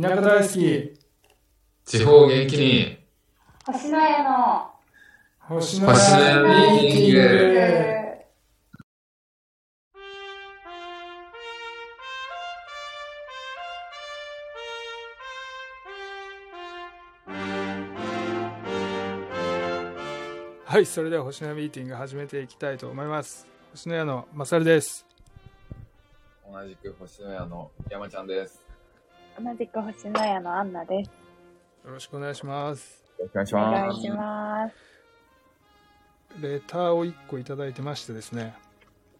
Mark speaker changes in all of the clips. Speaker 1: 田舎大好き
Speaker 2: 地方元気に、
Speaker 3: 星の家の
Speaker 1: 星
Speaker 2: 野家ミーティング
Speaker 1: はいそれでは星野ミーティング始めていきたいと思います星野家のマサルです
Speaker 4: 同じく星の屋の山ちゃんです。
Speaker 3: 同じく星の家のアンナです。
Speaker 1: よろしくお願いします
Speaker 4: よろしくお願いしま
Speaker 3: お願
Speaker 4: す。
Speaker 3: いします。
Speaker 1: レターを1個いただいてましてですね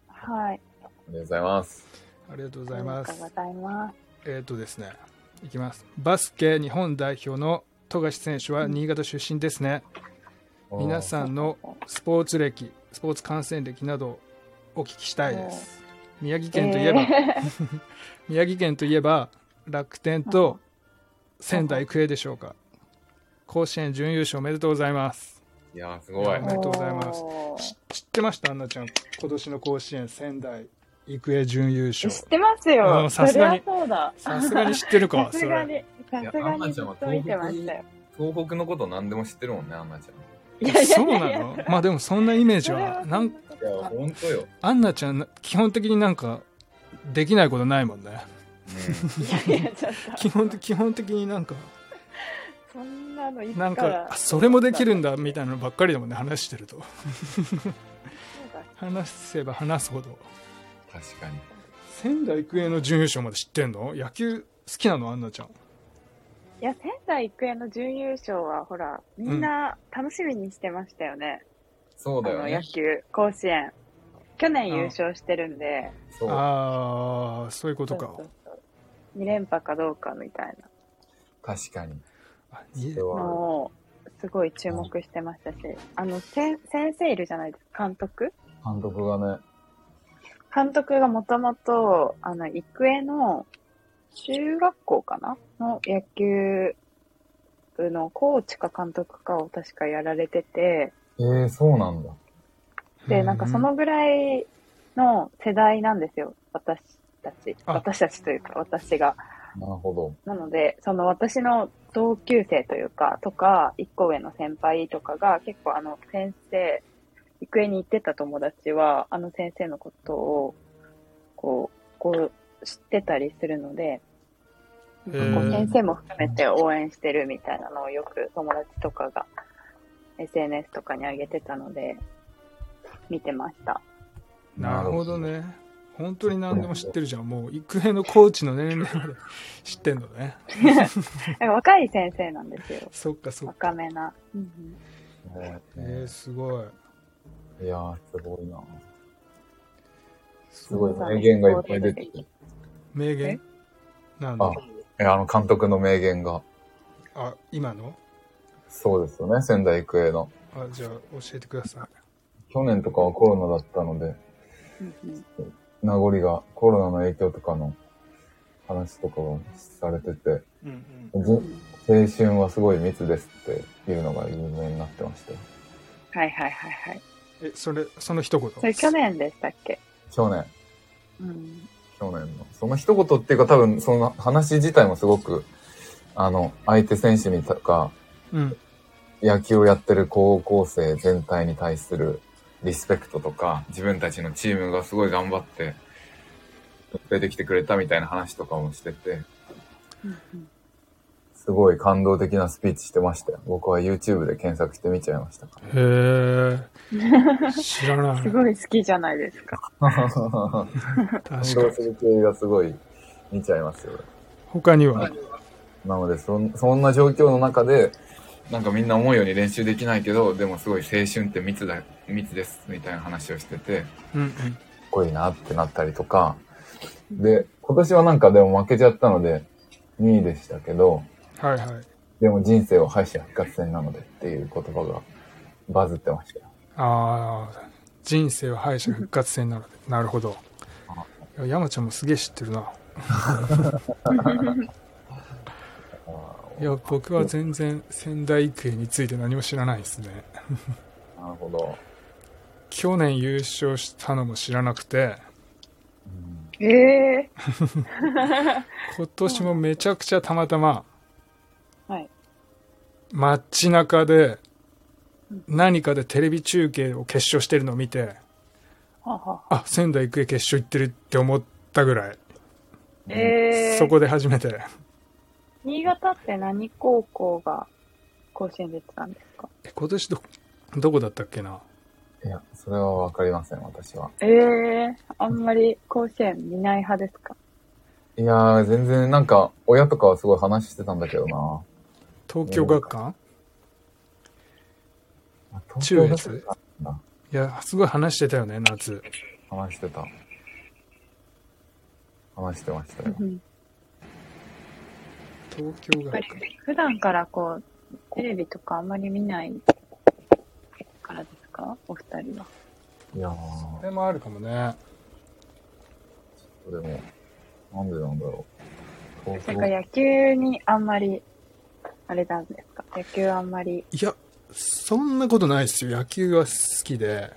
Speaker 3: はい。
Speaker 4: ありがとうございます。
Speaker 1: ありがとうご
Speaker 3: あ
Speaker 1: ざい
Speaker 3: りが
Speaker 1: ま
Speaker 3: と
Speaker 1: す
Speaker 3: うございます。
Speaker 1: えっ、とですねいきますバスケ日本代表の富樫選手は新潟出身ですね、皆
Speaker 4: ん。
Speaker 1: さんのスポーツ歴スポーツ観戦歴などお聞きしたいです宮城県といえば、
Speaker 3: え
Speaker 1: 宮城県といえば楽天と仙台育英でしょうか甲子園準優勝おめでとうございます
Speaker 4: いやー、すごい。
Speaker 1: お
Speaker 4: あ
Speaker 1: めでとうございます
Speaker 3: おー
Speaker 1: し知ってましたアンナちゃん今年の甲子園仙台育英準優勝
Speaker 3: 知ってます
Speaker 1: うん
Speaker 3: よ。
Speaker 1: さすがに
Speaker 3: そりゃそうだ。
Speaker 1: さすがに知ってるか
Speaker 3: さ
Speaker 1: そ
Speaker 3: すが
Speaker 1: れ
Speaker 3: に、さす
Speaker 4: いやアン
Speaker 3: が
Speaker 4: ナ
Speaker 3: に
Speaker 4: ち
Speaker 3: ず
Speaker 4: ゃん
Speaker 3: っ
Speaker 4: は
Speaker 3: と見てましたよ。
Speaker 4: 東北のこと何でも知ってるもんね、あんなちゃ
Speaker 3: いやいや
Speaker 1: そう
Speaker 3: いやい
Speaker 1: な
Speaker 3: や
Speaker 1: のまあでもそんなイメージはなん
Speaker 4: ん。いや、ほんとよ。
Speaker 1: アンナちゃん基本的になんかできないことないもんね
Speaker 3: いやいやちょっと
Speaker 1: 基本基本的になんか
Speaker 3: そんなのいつ
Speaker 1: なん
Speaker 3: か
Speaker 1: からあそれもできるんだみたいなのばっかりだもんね話してると
Speaker 3: そうだ
Speaker 1: 話せば話すほど
Speaker 4: 確かに。
Speaker 1: 仙台育英の準優勝まで知ってんの野球好きなのアンナちゃん
Speaker 3: いや、仙台育英の準優勝は、ほら、みんな楽しみにしてましたよね。
Speaker 4: そうだ
Speaker 3: あ
Speaker 4: よ
Speaker 3: の、
Speaker 4: ね
Speaker 3: 野。球、甲子園。去年優勝してるんで、
Speaker 4: そう。
Speaker 1: ああそういうことか
Speaker 3: そうそうそう2連覇かどうかみたい
Speaker 4: 確かに。
Speaker 1: あ
Speaker 4: そ
Speaker 1: に
Speaker 4: れ
Speaker 3: な
Speaker 4: は。
Speaker 3: のを、すごい注目してましたし、あの、せん先生いるじゃないですか、監督
Speaker 4: 監督がね、
Speaker 3: 監督がもともと、あの、育英の中学校かなの野球部のコーチか監督かを確かやられてて、
Speaker 4: えー、そうなんだ。
Speaker 3: で、なんかそのぐらいの世代なんですよ、私たち。
Speaker 1: あ
Speaker 3: 私たちというか、私が。
Speaker 4: なるほど。
Speaker 3: なので、その私の同級生というか、とか、一個上の先輩とかが、結構あの先生、育英に行ってた友達は、あの先生のことを、こう、こう、知ってたりするので、
Speaker 1: へ
Speaker 3: こう
Speaker 1: ー
Speaker 3: 先生も含めて応援してるみたいなのをよく友達とかが SNS とかに上げてたので、見てました。
Speaker 1: なるほどね本当に何でも知ってるじゃんもう育英のコーチの年齢まで知ってんのね
Speaker 3: なんか若い先生なんですよ。
Speaker 1: そっかそっか
Speaker 3: 若めな。うん
Speaker 4: ね
Speaker 1: えー、すごい
Speaker 4: いやー、すごいな。す
Speaker 1: す
Speaker 4: ごい名言がいっぱい出てる。
Speaker 1: 名言なんだ
Speaker 4: あえ、あの監督の名言が。
Speaker 1: あ今の
Speaker 4: そうですよね、仙台育英の。
Speaker 1: あじゃあ教えてくださ
Speaker 4: 去年とかはコロナだったので、
Speaker 3: うんうん
Speaker 4: 名残がコロナの影響とかの話とかをされてて、
Speaker 1: い、うん
Speaker 4: じ青春はすごい密ですっていうのが有名になってましたよ
Speaker 3: はいはいはいはい。
Speaker 1: うん、えそれその一言
Speaker 3: それ去年でしたっけ
Speaker 4: 去年、
Speaker 3: うん。
Speaker 4: 去年の。その一言っていうか多分その話自体もすごく、あの、相手選手にとか、
Speaker 1: うん
Speaker 4: 野球をやってる高校生全体に対するリスペクトとか、自分たちのチームがすごい頑張って、出てきてくれたみたいな話とかもしてて、すごい感動的なスピーチしてましたよ。僕は YouTube で検索して見ちゃいましたか
Speaker 1: へえ知らない
Speaker 3: すごい好きじゃないですか。
Speaker 4: ら。感
Speaker 1: 確か
Speaker 4: 動
Speaker 1: に
Speaker 4: する系がすごい見ちゃいますよ。
Speaker 1: 他には
Speaker 4: なのでそん、そんな状況の中で、なんかみんな思うように練習できないけど、でもすごい青春って密だ、密ですみたいな話をしてて、か
Speaker 1: うんうん
Speaker 4: っこいいなってなったりとか。で、今年はなんかでも負けちゃったので、2位でしたけど、
Speaker 1: はいはい
Speaker 4: でも人生は敗者復活戦なのでっていう言葉がバズってましたよ。
Speaker 1: ああ人生は敗者復活戦なのでなるほどいや山ちゃんもすげえ知ってるないや僕は全然仙台育英について何も知らないですね
Speaker 4: なるほど。
Speaker 1: 去年優勝したのも知らなくて、
Speaker 3: ええ
Speaker 1: 今年もめちゃくちゃたまたま
Speaker 3: はい。
Speaker 1: 街中で何かでテレビ中継を決勝してるのを見て
Speaker 3: はあはあ
Speaker 1: あ仙台育英決勝行ってるって思ったぐらい、
Speaker 3: ええ
Speaker 1: そこで初めて
Speaker 3: 新潟って何高校が甲子園出てたんですか
Speaker 1: え今年どどこだったっけない
Speaker 4: や、それはわかりません、私は。
Speaker 3: ええあんまり甲子園見ない派ですか
Speaker 4: いやー、全然なんか、親とかはすごい話してたんだけどな。
Speaker 1: 東京学館
Speaker 4: あ
Speaker 1: 中越
Speaker 4: 東京だったんだ
Speaker 1: いやすごい話してたよね夏
Speaker 4: 話してた。話してましたよ。
Speaker 3: うん
Speaker 1: 東京
Speaker 3: や
Speaker 1: 学
Speaker 3: っぱ
Speaker 1: 館
Speaker 3: り普段からこう、テレビとかあんまり見ないからですかお二人は。
Speaker 4: いやー、
Speaker 1: それもあるかもね
Speaker 4: でも、なんでなんだろう。東
Speaker 3: なんか
Speaker 4: 京、
Speaker 3: 野球にあんまり、あれなんですか野球あんまり、
Speaker 1: いやそんなことないですよ野球は好きで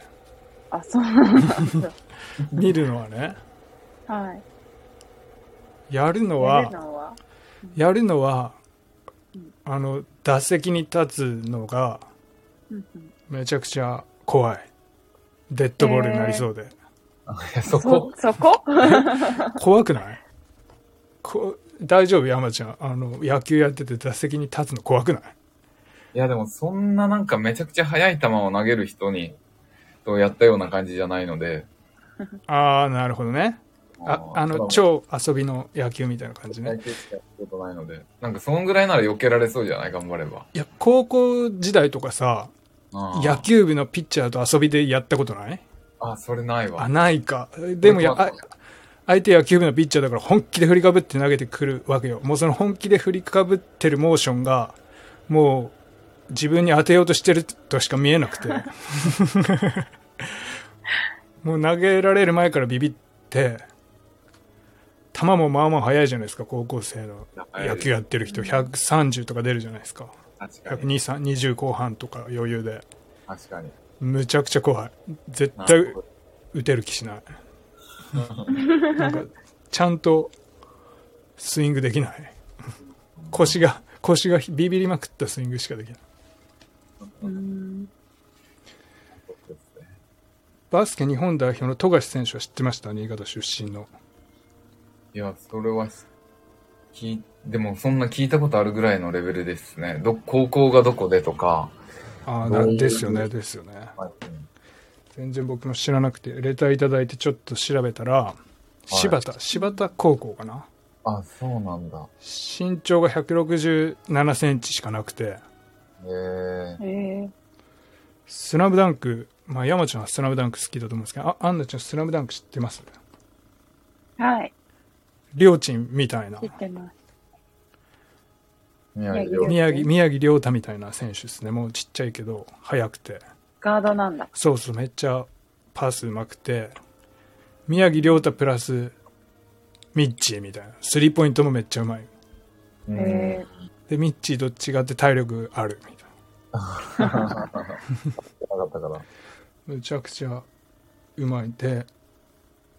Speaker 3: あ、 そうなんですよ
Speaker 1: 見るのはね
Speaker 3: はい。
Speaker 1: やるの
Speaker 3: や
Speaker 1: は
Speaker 3: るのは、
Speaker 1: やるのは
Speaker 3: うん
Speaker 1: あの打席に立つのが
Speaker 3: うんうん
Speaker 1: めちゃくちゃ怖いデッドボールになりそうで、
Speaker 4: そ
Speaker 3: そ
Speaker 4: こ、
Speaker 3: そこ
Speaker 1: 怖くないこ大丈夫山ちゃんあの野球やってて打席に立つの怖くない
Speaker 4: いやでもそんななんかめちゃくちゃ速い球を投げる人に、とやったような感じじゃないので。
Speaker 1: ああなるほどねああの
Speaker 4: ちょ
Speaker 1: 超遊びの野球みたいな感じね
Speaker 4: 野球しかやったことないので。なんかそんぐらいなら避けられそうじゃない頑張れば。
Speaker 1: いや高校時代とかさ
Speaker 4: あー
Speaker 1: 野球部のピッチャーと遊びでやったことない
Speaker 4: あ、それないわ
Speaker 1: あ。ないかでもやあ相手野球部のピッチャーだから本気で振りかぶって投げてくるわけよもうその本気で振りかぶってるモーションがもう自分に当てようとしてるとしか見えなく てもう投げられる前からビビって球もまあまあ速いじゃないですか高校生の野球やってる人130とか出るじゃないですか
Speaker 4: 確かに。
Speaker 1: 120後半とか余裕で
Speaker 4: 確かに。
Speaker 1: むちゃくちゃ怖い絶
Speaker 4: な
Speaker 1: 対
Speaker 4: るほど
Speaker 1: 打てる気しないなんかちゃんとスイングできない腰が腰がビビりまくったスイングしかできないう
Speaker 3: ーん
Speaker 4: そうですね
Speaker 1: バスケ日本代表の富樫選手は知ってました新潟出身の
Speaker 4: いや、それはし、聞い、でもそんな聞いたことあるぐらいのレベルですね。ど、高校がどこでとか。
Speaker 1: ああ
Speaker 4: どういう
Speaker 1: ですよねですよね全然僕も知らなくてレターいただいてちょっと調べたら柴田、柴田高校かな
Speaker 4: あ、そうなんだ。
Speaker 1: 身長が1 6 7センチしかなくて
Speaker 4: へえ
Speaker 3: ええ
Speaker 1: スラムダンク、まあ、山ちゃんはスラムダンク好きだと思うんですけど、あ、アンナちゃんスラムダンク知ってます
Speaker 3: はい、
Speaker 1: りょうちんみたいな
Speaker 3: 知。ってます。
Speaker 4: 宮城
Speaker 3: いやい
Speaker 4: 亮
Speaker 3: や
Speaker 1: 宮城、宮城亮太みたいな選手ですね。もうちっちゃいけど、速くて。
Speaker 3: ガードなんだ。
Speaker 1: そうそう、めっちゃパスうまくて。宮城亮太プラス、ミッチーみたいな。スリーポイントもめっちゃうまい。
Speaker 4: う
Speaker 3: え
Speaker 4: ん
Speaker 3: え
Speaker 1: で、ミッチーと違って体力あるみたい
Speaker 4: なかったから。
Speaker 1: な。めちゃくちゃうまいで、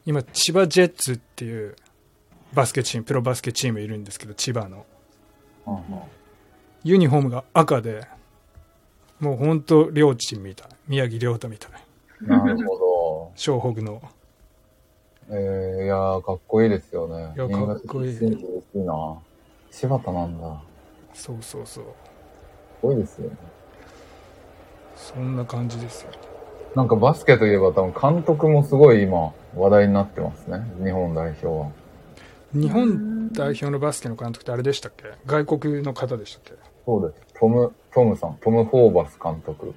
Speaker 1: 今、千葉ジェッツっていうバスケチーム、プロバスケチームいるんですけど、千葉の。
Speaker 4: うんうん
Speaker 1: ユニフォームが赤で、もうほんと、両チームみたい。宮城亮太みたい。
Speaker 4: なるほ
Speaker 1: 湘北の。
Speaker 4: ど。えー、いやー、かっこいいですよね。
Speaker 1: いやかっこいい
Speaker 4: 新潟出身っていいな。柴田なんだ。か
Speaker 1: そうそうそう。
Speaker 4: っこいいですよね。
Speaker 1: そんな感じですよ。
Speaker 4: なんかバスケといえば多分監督もすごい今話題になってますね。日本代表は。
Speaker 1: 日本代表のバスケの監督ってあれでしたっけ外国の方でしたっけ
Speaker 4: そうです。トム、トムさん、トム・ホーバス監督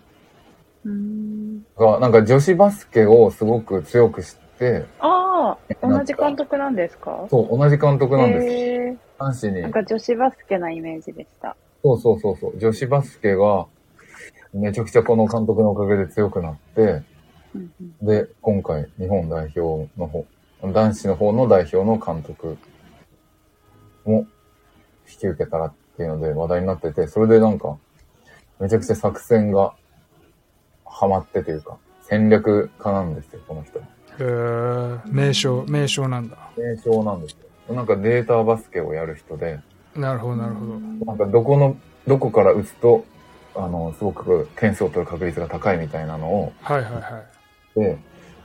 Speaker 3: うーん。
Speaker 4: が、なんか女子バスケをすごく強く知って、
Speaker 3: ああ、
Speaker 4: なんか
Speaker 3: 同じ監督なんですか
Speaker 4: そう、同じ監督なんです。
Speaker 3: ええ
Speaker 4: 男子に
Speaker 3: なん、か女子バスケなイメージでした。
Speaker 4: そうそうそうそう、女子バスケが、めちゃくちゃこの監督のおかげで強くなって、
Speaker 3: うんうん
Speaker 4: で、今回、日本代表の方、男子の方の代表の監督も引き受けたらっていうので話題になってて、それでなんか、めちゃくちゃ作戦がハマってというか、戦略家なんですよ、この人。
Speaker 1: えー、名称、名称なんだ。
Speaker 4: 名称なんですよ。なんかデータバスケをやる人で、
Speaker 1: なるほど、なるほど。
Speaker 4: なんかどこの、どこから打つと、あの、すごく点数を取る確率が高いみたいなのを、
Speaker 1: はいはいはい。
Speaker 4: で、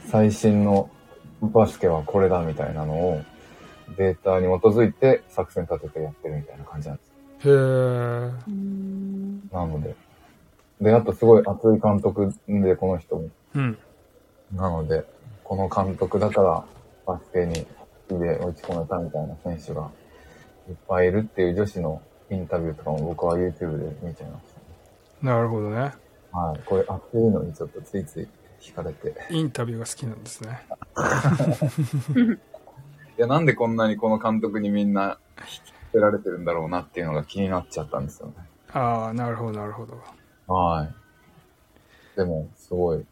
Speaker 4: 最新のバスケはこれだみたいなのを、データに基づいて作戦立ててやってるみたいな感じなんです。
Speaker 1: へえ。
Speaker 3: うん
Speaker 4: なので。で、あとすごい熱い監督で、この人も。
Speaker 1: うん。
Speaker 4: なので、この監督だからバスケに好きで追い込めたみたいな選手がいっぱいいるっていう女子のインタビューとかも僕は YouTube で見ちゃいましたね。
Speaker 1: なるほどね。
Speaker 4: はい。これ熱いのにちょっとついつい惹かれて。
Speaker 1: インタビューが好きなんですね。
Speaker 4: いや、なんでこんなにこの監督にみんな引きつけられてるんだろうなっていうのが気になっちゃったんですよね。
Speaker 1: ああ、なるほど、なるほど。
Speaker 4: はい。でも、すごい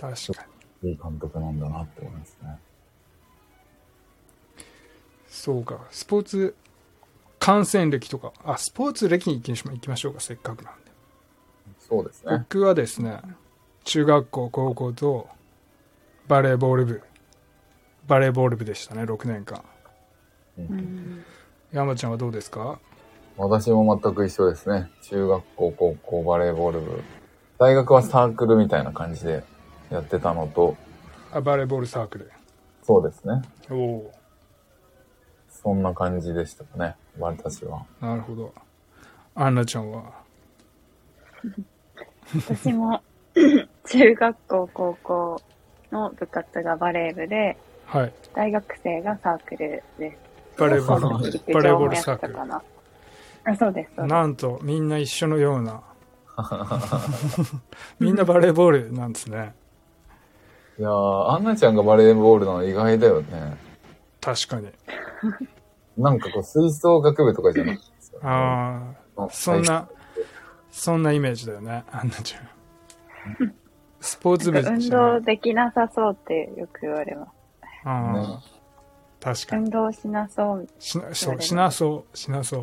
Speaker 1: 確かに。
Speaker 4: いい監督なんだなって思いますね。
Speaker 1: そうか。スポーツ観戦歴とか。あ、スポーツ歴に行きま行きましょうか、せっかくなんで。
Speaker 4: そうですね。
Speaker 1: 僕はですね、中学校、高校とバレーボール部。バレーボール部でしたね、6年間。山ちゃんはどうですか
Speaker 4: 私も全く一緒ですね。中学校、高校、バレーボール部。大学はサークルみたいな感じでやってたのと、
Speaker 1: あバレーボールサークル。
Speaker 4: そうですね。
Speaker 1: おお
Speaker 4: そんな感じでしたかね。私は。
Speaker 1: ー、なるほど。アンナちゃんは。
Speaker 3: 私も中学校、高校の部活がバレー部で、
Speaker 1: はい。
Speaker 3: 大学生がサークルです。
Speaker 1: バレーボ
Speaker 3: その
Speaker 1: ール、
Speaker 3: 時陸
Speaker 1: バレー
Speaker 3: 上
Speaker 1: ボー
Speaker 3: も
Speaker 1: ル
Speaker 3: やって
Speaker 1: サー
Speaker 3: た
Speaker 1: クル。
Speaker 3: かな。あそうです、そうで
Speaker 1: なんと、みんな一緒のよう な。みんなバレーボールなんですね。
Speaker 4: いやー、アンナちゃんがバレーボールなの意外だよね。
Speaker 1: 確かに。
Speaker 4: なんかこう、吹奏楽部とかじゃないんですよ、
Speaker 1: ああ、そんな、そんなイメージだよね、アンナちゃん。スポーツ
Speaker 3: す。
Speaker 1: 部
Speaker 3: なんか運
Speaker 1: じゃな
Speaker 3: 動
Speaker 1: い
Speaker 3: できなさそうってよく言われます。
Speaker 1: ああ確かに
Speaker 3: 運動しなそうみたい
Speaker 1: しなそうしなそうしなそ
Speaker 3: な。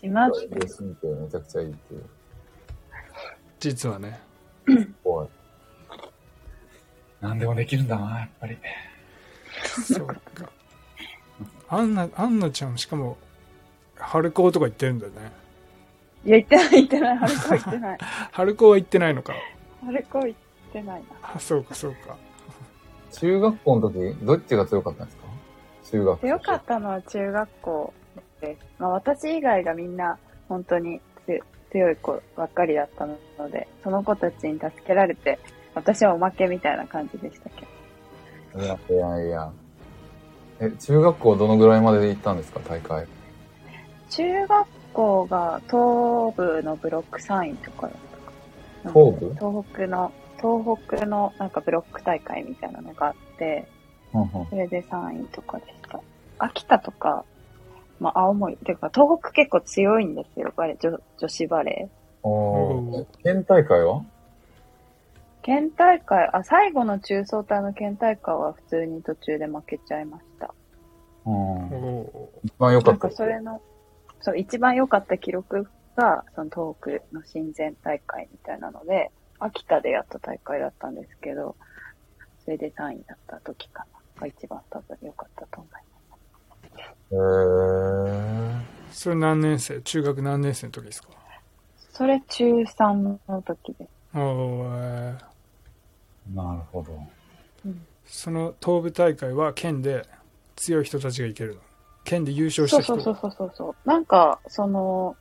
Speaker 3: しま
Speaker 4: 最
Speaker 3: す
Speaker 4: 近。運動神経めちゃくちゃいいっていう。
Speaker 1: う実はね
Speaker 4: 怖い。何でもできるんだな、やっぱり。
Speaker 1: そうかアンナアンナちゃんしかも春高とか行ってるんだよね
Speaker 3: いや、行ってない、行ってない。春高行ってない。
Speaker 1: 春高は行ってないのか
Speaker 3: 春高行ってないな。
Speaker 1: あそうかそうか
Speaker 4: 中学校の時、どっちが強かったんですか中学校。
Speaker 3: 強かったのは中学校です。まあ、私以外がみんな本当につ強い子ばっかりだったので、その子たちに助けられて、私はおまけみたいな感じでしたけど。
Speaker 4: いやいやいや。え、中学校どのぐらいまで行ったんですか、大会。
Speaker 3: 中学校が東部のブロック3位とかだったかな
Speaker 4: 東部
Speaker 3: 東北の、東北のなんかブロック大会みたいなのがあって、
Speaker 4: うんうん。
Speaker 3: それで3位とかでした。秋田とか、まあ青森、てか東北結構強いんですよ、バレー女女子バレー。
Speaker 1: お
Speaker 4: お
Speaker 1: ー
Speaker 4: ー。え県大会は
Speaker 3: 県大会、あ、最後の中層体の県大会は普通に途中で負けちゃいました。
Speaker 4: うん
Speaker 1: お。お
Speaker 4: 一番良か
Speaker 3: な
Speaker 4: っ
Speaker 3: ん
Speaker 4: た
Speaker 3: か
Speaker 4: です
Speaker 3: それの、そう、一番良かった記録が、その東北の親善大会みたいなので、秋田でやった大会だったんですけど、それで3位だった時かな。が一番多分良かったと思います。
Speaker 4: へー。
Speaker 1: それ何年生中学何年生の時ですか
Speaker 3: それ中3の時です。
Speaker 1: おおーえー
Speaker 4: なるほど。
Speaker 1: その東部大会は県で強い人たちが行けるの県で優勝し
Speaker 3: そ
Speaker 1: た
Speaker 3: うそ
Speaker 1: 人
Speaker 3: うそうそうそうそう。なんか、その、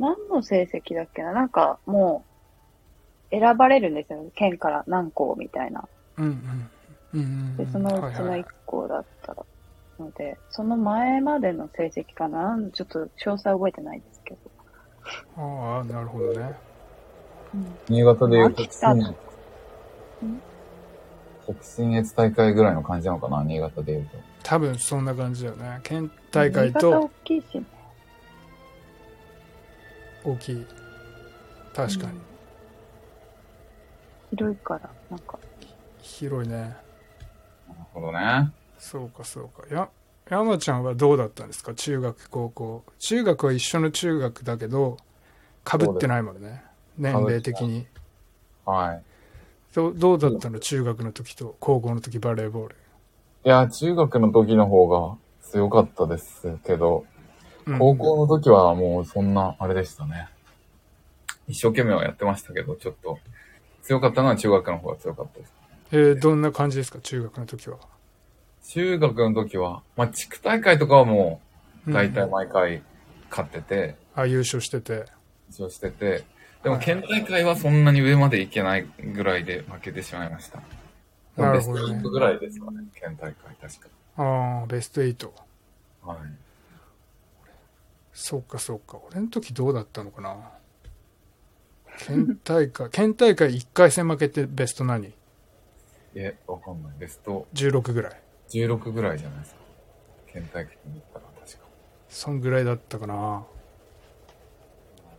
Speaker 3: 何の成績だっけななんか、もう、選ばれるんですよね。県から何校みたいな。
Speaker 1: うんうんうんうんう
Speaker 3: で、
Speaker 1: ん
Speaker 3: そのうちの1校だったら。ので、その前までの成績かななんちょっと詳細覚えてないですけど。
Speaker 1: ああなるほどね
Speaker 4: 新潟でいう
Speaker 3: 秋
Speaker 4: 北
Speaker 3: 田
Speaker 4: 信越。北信越大会ぐらいの感じなのかな、新潟でいうと。
Speaker 1: 多分そんな感じだよね県大会
Speaker 3: 新潟大
Speaker 1: と
Speaker 3: きいしね。
Speaker 1: 大きい確かに、
Speaker 3: うん広いから、なんか、
Speaker 1: 広いね
Speaker 4: なるほどね。
Speaker 1: そうかそうかや山ちゃんはどうだったんですか中学高校中学は一緒の中学だけどかぶってないもんね年齢的に
Speaker 4: は
Speaker 1: どうどうだったの中学の時と高校の時バレーボール。
Speaker 4: いや、中学の時の方が強かったですけど、
Speaker 1: うん
Speaker 4: 高校の時はもうそんな、あれでしたね。一生懸命はやってましたけど、ちょっと、強かったのは中学の方が強かったです。
Speaker 1: えーどんな感じですか中学の時は。
Speaker 4: 中学の時は、まあ、地区大会とかはもう、大体
Speaker 1: うん
Speaker 4: 毎回勝ってて、
Speaker 1: あ、優勝してて。
Speaker 4: 一応してて、で
Speaker 1: は
Speaker 4: も
Speaker 1: い
Speaker 4: 県大会はそんなに上までいけないぐらいで負けてしまいました。
Speaker 1: なるほどね
Speaker 4: ベスト8ぐらいですかね、県大会確か。
Speaker 1: ああ、ベスト8。
Speaker 4: はい。
Speaker 1: そうかそうか。俺の時どうだったのかな。県大会、 県大会1回戦負けてベスト何
Speaker 4: え、わかんない。ベスト
Speaker 1: ?16 ぐらい。
Speaker 4: 16ぐらいじゃないですか。県大会に行ったら確か。
Speaker 1: そんぐらいだったかな。
Speaker 4: なる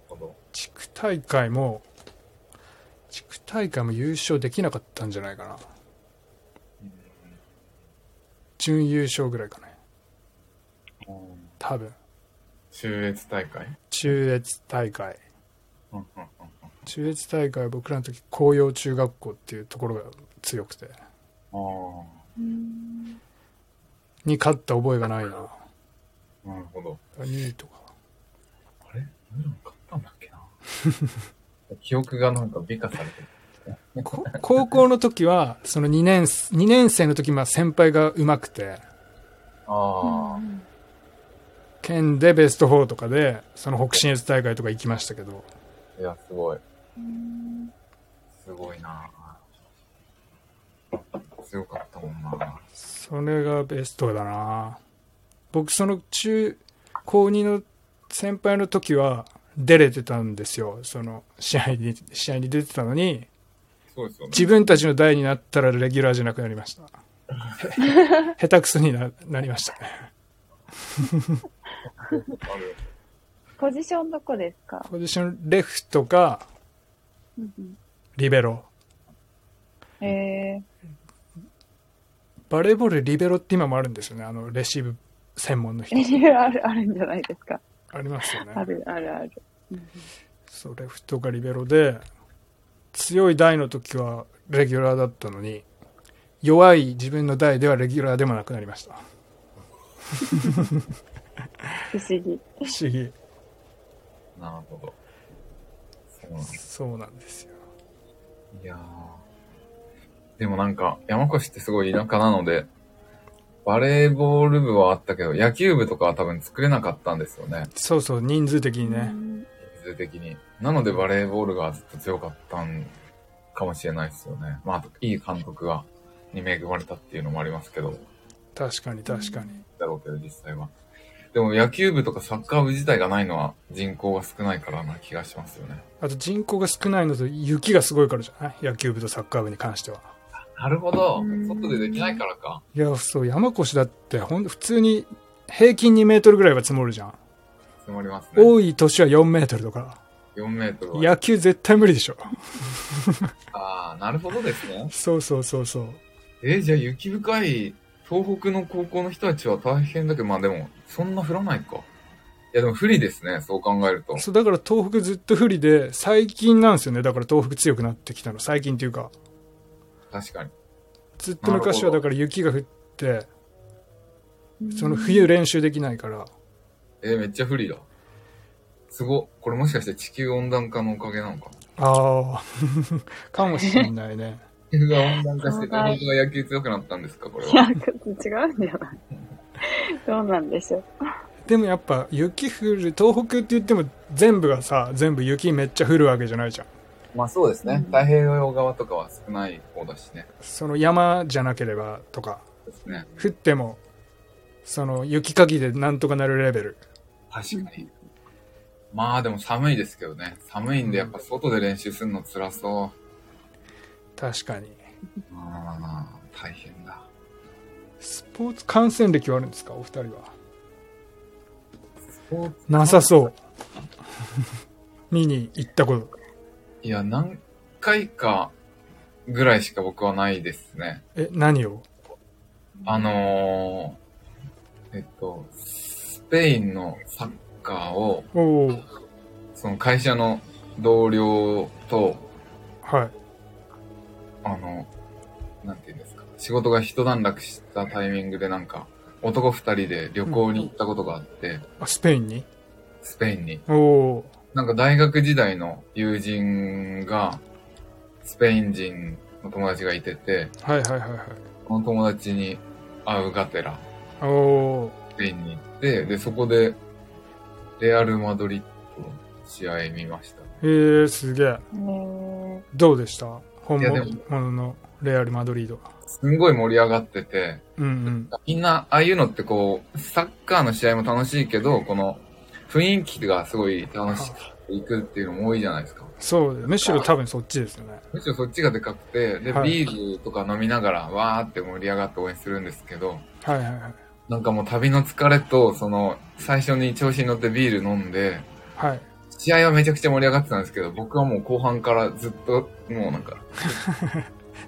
Speaker 4: ほど。
Speaker 1: 地区大会も、地区大会も優勝できなかったんじゃないかな。準優勝ぐらいかね。
Speaker 4: うん
Speaker 1: 多分。
Speaker 4: 中越大会
Speaker 1: 中越大会。
Speaker 4: うんうんうん
Speaker 1: 中越大会は僕らの時、紅葉中学校っていうところが強くて。
Speaker 4: うん。あ
Speaker 1: に勝った覚えがないな。
Speaker 4: あ、なるほど。
Speaker 1: 2位とか。
Speaker 4: あれ俺らも買ったんだっけな。 記憶がなんか美化されてる。
Speaker 1: こ高校の時は、その2年、2年生の時、まあ先輩が上手くて、
Speaker 4: ああ、
Speaker 1: 県でベスト4とかで、その北信越大会とか行きましたけど、
Speaker 4: いや、すごい。すごいな強かったもんな
Speaker 1: それがベストだな僕その中、高2の先輩の時は出れてたんですよ。その試合に、試合に出てたのに、
Speaker 4: そうですよね。
Speaker 1: 自分たちの代になったらレギュラーじゃなくなりました。下手くそにななりましたね。
Speaker 4: ある
Speaker 3: ポジションどこですか
Speaker 1: ポジションレフとか、リベロ。
Speaker 3: え
Speaker 1: バレーボールリベロって今もあるんですよね。あの、レシーブ専門の人
Speaker 3: ー、。いろいろある、あるんじゃないですか。
Speaker 1: ありますよね
Speaker 3: あ。る、ある、ある。
Speaker 1: そう、レフトがリベロで、強い台の時はレギュラーだったのに、弱い自分の台ではレギュラーでもなくなりました。
Speaker 3: 不思議。
Speaker 1: 不思議。
Speaker 4: なるほど。そうなんだ
Speaker 1: そうなんですよ。
Speaker 4: いやーでもなんか、山越ってすごい田舎なので、バレーボール部はあったけど、野球部とかは多分作れなかったんですよね。
Speaker 1: そうそう、人数的にね。
Speaker 4: 人数的に。なのでバレーボールがずっと強かったんかもしれないですよね。まあ、あといい監督が、に恵まれたっていうのもありますけど、
Speaker 1: 確かに確かに。
Speaker 4: だろうけど、実際は。でも野球部とかサッカー部自体がないのは人口が少ないからな気がしますよね。
Speaker 1: あと人口が少ないのと雪がすごいからじゃない野球部とサッカー部に関しては。
Speaker 4: なるほど。外でできないからか。
Speaker 1: いや、そう、山越だってほん普通に平均2メートルぐらいは積もるじゃん。
Speaker 4: 積もりますね。
Speaker 1: 多い年は4メートルとか。
Speaker 4: 4メートルは。
Speaker 1: 野球絶対無理でしょ。
Speaker 4: ああ、なるほどですね。
Speaker 1: そうそうそうそう。
Speaker 4: えーじゃあ雪深い東北の高校の人たちは大変だけど、まあでも、そんな降らないか。いやでも不利ですね、そう考えると。
Speaker 1: そうだから東北ずっと不利で、最近なんですよね。だから東北強くなってきたの。最近っていうか、
Speaker 4: 確かに。
Speaker 1: ずっと昔は
Speaker 4: な
Speaker 1: だ
Speaker 4: るほ
Speaker 1: から雪が降って、その冬練習できないから、
Speaker 4: えーめっちゃ不利だ。すごっ。これもしかして地球温暖化のおかげなのか。
Speaker 1: ああ、 かもしれないね。
Speaker 4: 地球が温暖化して、
Speaker 3: そう
Speaker 4: 日
Speaker 3: だ
Speaker 4: 本が野球強くなったんですか、これ
Speaker 3: いや、
Speaker 4: は。
Speaker 3: 違うんじゃないどうなんでしょう。
Speaker 1: でもやっぱ雪降る、東北って言っても全部がさ、全部雪めっちゃ降るわけじゃないじゃん。
Speaker 4: まあそうですね。太平洋側とかは少ない方だしね。
Speaker 1: その山じゃなければとか、
Speaker 4: ですね。
Speaker 1: 降っても、その雪かきでなんとかなるレベル。
Speaker 4: 確かに。まあでも寒いですけどね。寒いんでやっぱ外で練習するの辛そう。
Speaker 1: 確かに。
Speaker 4: ああ、大変だ。
Speaker 1: スポーツ観戦歴はあるんですかお二人は。
Speaker 4: スポーツ
Speaker 1: なさそう。 見に行ったこと。
Speaker 4: いや、何回かぐらいしか僕はないですね。
Speaker 1: え、何を
Speaker 4: あのー、えっと、スペインのサッカーを、
Speaker 1: おお
Speaker 4: その会社の同僚と、
Speaker 1: はい。
Speaker 4: あの、なんていうんですか、仕事が一段落したタイミングでなんか、男二人で旅行に行ったことがあって、
Speaker 1: あ、スペインに
Speaker 4: スペインに。
Speaker 1: おお
Speaker 4: なんか大学時代の友人が、スペイン人の友達がいてて、
Speaker 1: ー。はいはいはいはい。
Speaker 4: この友達に会うがてら、
Speaker 1: おお
Speaker 4: スペインに行って、で、そこで、レアル・マドリッドの試合見ました。
Speaker 1: ー。へえー、すげえ。
Speaker 3: ね
Speaker 1: どうでした本
Speaker 4: いやでも
Speaker 1: 物のレアル・マドリードは。
Speaker 4: すんごい盛り上がってて、
Speaker 1: うん
Speaker 4: みんな、ああいうのってこう、サッカーの試合も楽しいけど、この、雰囲気がすごい楽しくいくっていうのも多いじゃないですか。
Speaker 1: うん。そうです。むしろ多分そっちですよね。
Speaker 4: むしろそっちがでかくて、で、
Speaker 1: はい
Speaker 4: ビールとか飲みながら、わーって盛り上がって応援するんですけど、
Speaker 1: はいはいはい。
Speaker 4: なんかもう旅の疲れと、その、最初に調子に乗ってビール飲んで、
Speaker 1: はい。
Speaker 4: 試合はめちゃくちゃ盛り上がってたんですけど、僕はもう後半からずっと、もうなんか、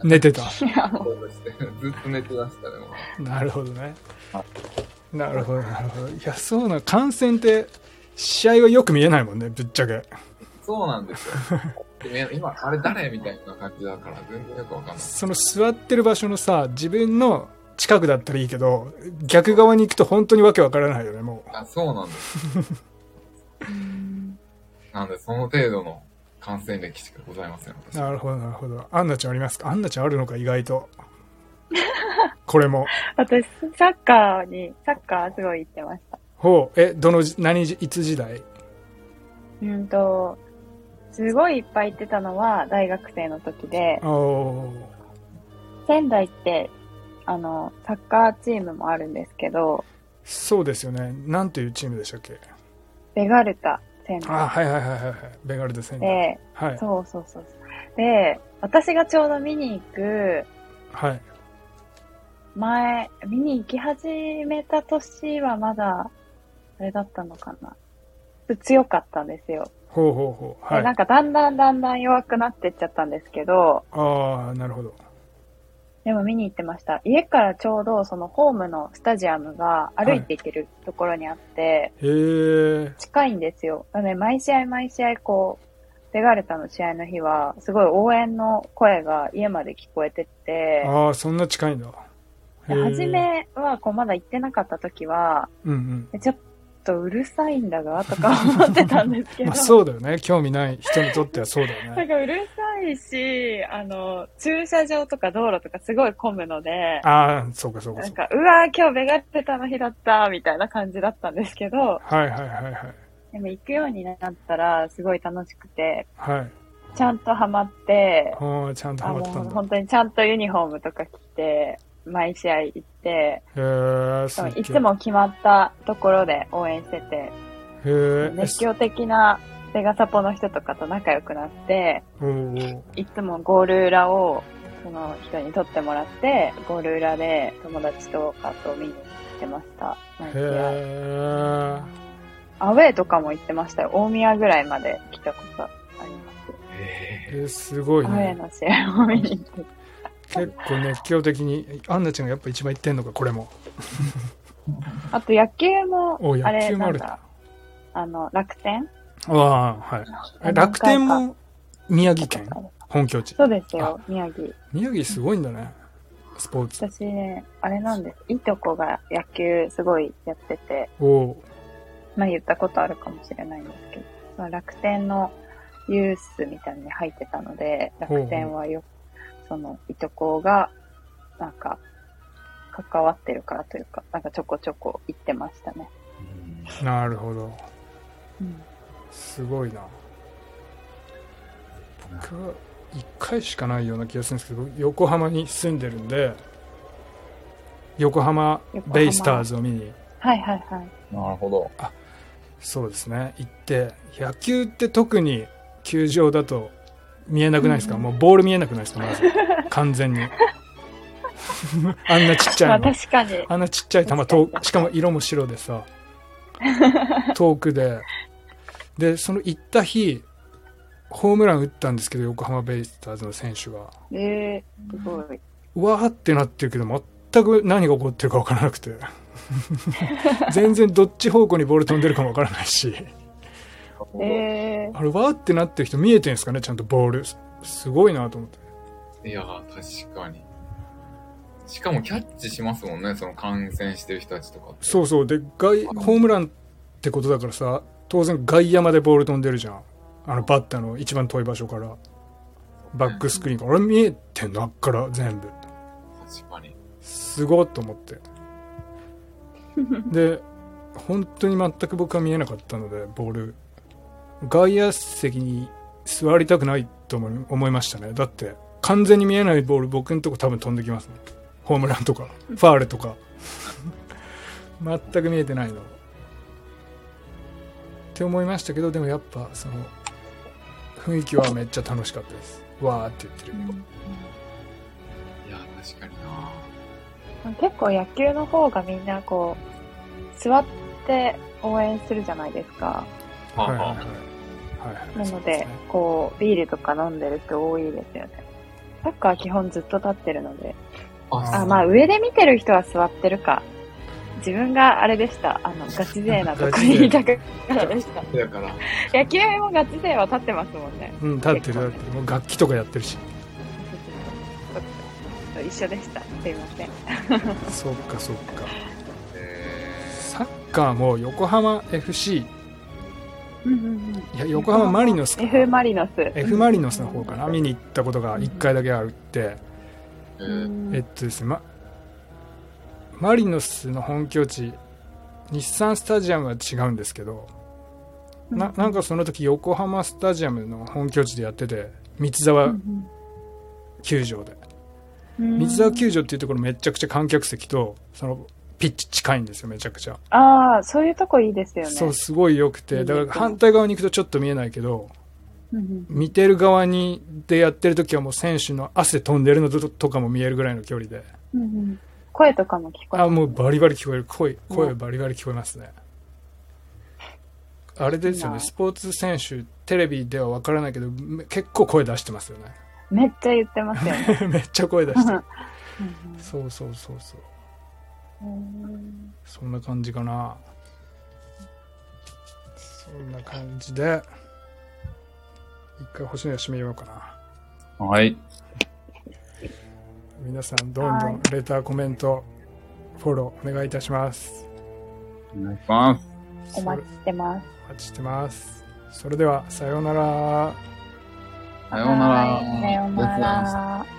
Speaker 1: 寝てた。
Speaker 3: え。いや、もう
Speaker 4: 興奮してずっと寝てましたね。も う
Speaker 1: なるほどね
Speaker 4: は。
Speaker 1: なるほど、なるほど。いや、そうな、観戦って、試合はよく見えないもんね、ぶっちゃけ。
Speaker 4: そうなんですよ。で今、あれ誰みたいな感じだから、全然よくわかんない。
Speaker 1: その座ってる場所のさ、自分の近くだったらいいけど、逆側に行くと本当にわけわからないよね、もう。
Speaker 4: あ、そうなんです。なんで、その程度の感染歴しかございません、私。
Speaker 1: なるほど、なるほど。アンナちゃんありますかアンナちゃんあるのか、意外 と。これも。
Speaker 3: 私、サッカーに、サッカーすごい行ってました。
Speaker 1: ほう、え、どのじ、何時、いつ時代
Speaker 3: うんと、すごいいっぱい行ってたのは大学生の時で、
Speaker 1: おー
Speaker 3: 仙台って、あの、サッカーチームもあるんですけど、
Speaker 1: そうですよね。なんていうチームでしたっけ
Speaker 3: ベガルタ仙
Speaker 1: あ、
Speaker 3: 台
Speaker 1: はいはいはいはいはい。ベガルデ戦。
Speaker 3: で、
Speaker 1: はい。
Speaker 3: そうそうそうそう。で、私がちょうど見に行く
Speaker 1: はい。
Speaker 3: 前、見に行き始めた年はまだ、あれだったのかな。強かったんですよ。
Speaker 1: ほうほうほう。
Speaker 3: で
Speaker 1: は
Speaker 3: ないん。かだんだんだんだん弱くなってっちゃったんですけど、
Speaker 1: ああ、なるほど。
Speaker 3: でも見に行ってました。家からちょうどそのホームのスタジアムが歩いて行けるところにあって、
Speaker 1: へえ。
Speaker 3: 近いんですよ。なので、毎試合毎試合こう、ベガルタの試合の日は、すごい応援の声が家まで聞こえてって、
Speaker 1: ああ、そんな近いんだ。
Speaker 3: で
Speaker 1: へー
Speaker 3: 初。めはこうまだ行ってなかった時は、
Speaker 1: うん
Speaker 3: ちょっとうるさいんだが、とか思ってたんです
Speaker 1: う
Speaker 3: け
Speaker 1: ん。
Speaker 3: ど。
Speaker 1: まあそうだよね。興味ない人にとってはそうだよ
Speaker 3: なん
Speaker 1: ね。
Speaker 3: かうるさいし、あの、駐車場とか道路とかすごい混むので、
Speaker 1: ああ、そうかそうか
Speaker 3: な
Speaker 1: そ
Speaker 3: ん
Speaker 1: うか。
Speaker 3: か、うわー、今日ベガルタの日だった、みたいな感じだったんですけど、
Speaker 1: はいはいはいはい。
Speaker 3: でも行くようになったら、すごい楽しくて、
Speaker 1: はい。
Speaker 3: ちゃんとハマって、
Speaker 1: ああ、ちゃんと
Speaker 3: あ
Speaker 1: ハマ
Speaker 3: の、
Speaker 1: ったんだ。
Speaker 3: 本当にちゃんとユニフォームとか着て、毎試合行って、
Speaker 1: へえ、すっげえ
Speaker 3: いつ。も決まったところで応援してて、
Speaker 1: へえ。
Speaker 3: 熱狂的なベガサポの人とかと仲良くなって、
Speaker 1: おー
Speaker 3: いつもゴール裏を、その人に取ってもらって、ゴール裏で友達とかと見に行ってました。毎試合
Speaker 1: へ
Speaker 3: アウェーとかも行ってましたよ。大宮ぐらいまで来たことあります。
Speaker 4: え
Speaker 1: え。え、すごい
Speaker 3: アウェ
Speaker 1: ね。
Speaker 3: ーの試合も見に行って。
Speaker 1: 結構熱狂的に。アンナちゃんがやっぱ一番言ってんのか、これも。
Speaker 3: あと野球も
Speaker 1: お、野
Speaker 3: あれ
Speaker 1: 球も
Speaker 3: な
Speaker 1: あ
Speaker 3: ん
Speaker 1: る。
Speaker 3: だ、あの、楽天
Speaker 1: ああ、はい。え楽天も宮城県本拠地。
Speaker 3: そうですよ、宮城。
Speaker 1: 宮城すごいんだね。スポーツ。
Speaker 3: 私ね、あれなんです。いとこが野球すごいやってて、
Speaker 1: おお
Speaker 3: まあ言ったことあるかもしれないんですけど、その楽天のユースみたいに入ってたので、楽天はよ、そのいとこが、なんか、関わってるからというか、なんかちょこちょこ行ってましたね。
Speaker 1: ー。なるほど。
Speaker 3: うん
Speaker 1: すごいな僕は1回しかないような気がするんですけど僕横浜に住んでるんで横浜
Speaker 3: 横浜
Speaker 1: ベイスターズを見に
Speaker 3: はいはいはい。
Speaker 4: なるほど。
Speaker 1: そうですね行って野球って特に球場だと見えなくないですか、
Speaker 3: うん
Speaker 1: もうボール見えなくないですかまず完全 にあんなちっち
Speaker 3: ま
Speaker 1: ゃい
Speaker 3: あ
Speaker 1: の
Speaker 3: 確かに。
Speaker 1: あんなちっちゃい玉遠しかも色も白でさ遠くででその行った日ホームラン打ったんですけど横浜ベイスターズの選手が
Speaker 3: えー、すごい。
Speaker 1: うわーってなってるけど全く何が起こってるか分からなくて全然どっち方向にボール飛んでるかも分からないし
Speaker 3: えー、
Speaker 1: あれわーってなってる人見えてるんですかねちゃんとボールすすごいなと思って
Speaker 4: いやー、確かに。しかもキャッチしますもんね、その感染してる人たちとかって。
Speaker 1: そうそう。で、外、ホームランってことだからさ、当然外野までボール飛んでるじゃん。あの、バッターの一番遠い場所から。バックスクリーンから。俺見えてんのあっから、全部。
Speaker 4: 確かに。
Speaker 1: すごっと思って。で、本当に全く僕は見えなかったので、ボール。外野席に座りたくないと思い思いましたね。だって、完全に見えないボール僕のとこ多分飛んできますね。ホームランとか、ファールとか。全く見えてないの。って思いましたけど、でもやっぱ、その、雰囲気はめっちゃ楽しかったです。わーって言ってる。
Speaker 4: いやー、確かにな
Speaker 3: 結構野球の方がみんなこう、座って応援するじゃないですか。
Speaker 4: はあ
Speaker 1: はいは
Speaker 4: は
Speaker 1: は
Speaker 4: いあ。
Speaker 1: いはい。
Speaker 3: な
Speaker 1: そ
Speaker 3: の
Speaker 1: う
Speaker 3: で、
Speaker 1: すね
Speaker 3: こう、ビールとか飲んでる人多いですよね。サッカーは基本ずっと立ってるので。
Speaker 1: あ
Speaker 3: あ、まあ上で見てる人は座ってるか。自分があれでした。あの、ガチ勢なとこにいたからでした。
Speaker 4: だから、
Speaker 3: 野球もガチ勢は立ってますもんね。
Speaker 1: うん、立ってる立ってる。もう楽器とかやってるし。
Speaker 3: 一緒でした。すいません。
Speaker 1: そっかそっか。
Speaker 4: え
Speaker 1: サッカーも横浜 FC、い
Speaker 3: うんうんうん。
Speaker 1: や横浜マリノスか
Speaker 3: F マリノス。
Speaker 1: F マリノスの方かな、見に行ったことが1回だけあるって、
Speaker 4: ー、え
Speaker 3: う
Speaker 4: ー、
Speaker 3: ん
Speaker 1: えっとですね、ま、マリノスの本拠地、日産スタジアムは違うんですけど、ななんかその時横浜スタジアムの本拠地でやってて、三
Speaker 3: う
Speaker 1: 沢
Speaker 3: ん
Speaker 1: 球場で。
Speaker 3: うん
Speaker 1: 三沢球場っていうところめちゃくちゃ観客席と、そのピッチ近いんですよ、めちゃくちゃ。
Speaker 3: ああ、そういうとこいいですよね。
Speaker 1: そう、すごい良く
Speaker 3: いい
Speaker 1: て、
Speaker 3: ね
Speaker 1: だから反対側に行くとちょっと見えないけど、
Speaker 3: うんうん
Speaker 1: 見てる側にでやってる時はもう選手の汗飛んでるのととかも見えるぐらいの距離で
Speaker 3: うんうん声とかも聞こえ
Speaker 1: あ
Speaker 3: る。
Speaker 1: もうバリバリ聞こえる声声バリバリ聞こえますねあれですよ
Speaker 3: いいな
Speaker 1: ねスポーツ選手テレビでは分からないけどめ結構声出してますよね
Speaker 3: めっちゃ言ってますよね。
Speaker 1: めっちゃ声出してる
Speaker 3: うん
Speaker 1: そうそうそうそう
Speaker 3: うん
Speaker 1: そんな感じかなそんな感じで一回星野締めようかな
Speaker 4: はい。
Speaker 1: 皆さんどんど
Speaker 3: は
Speaker 1: んレターコメントフォローお願いいたします
Speaker 4: お願いします。
Speaker 3: お待ちしてます。
Speaker 1: お待ちしてますそれではさようなら
Speaker 4: さようなら。
Speaker 3: はいさよう
Speaker 4: あ
Speaker 3: な
Speaker 4: りがとうございました
Speaker 3: ら。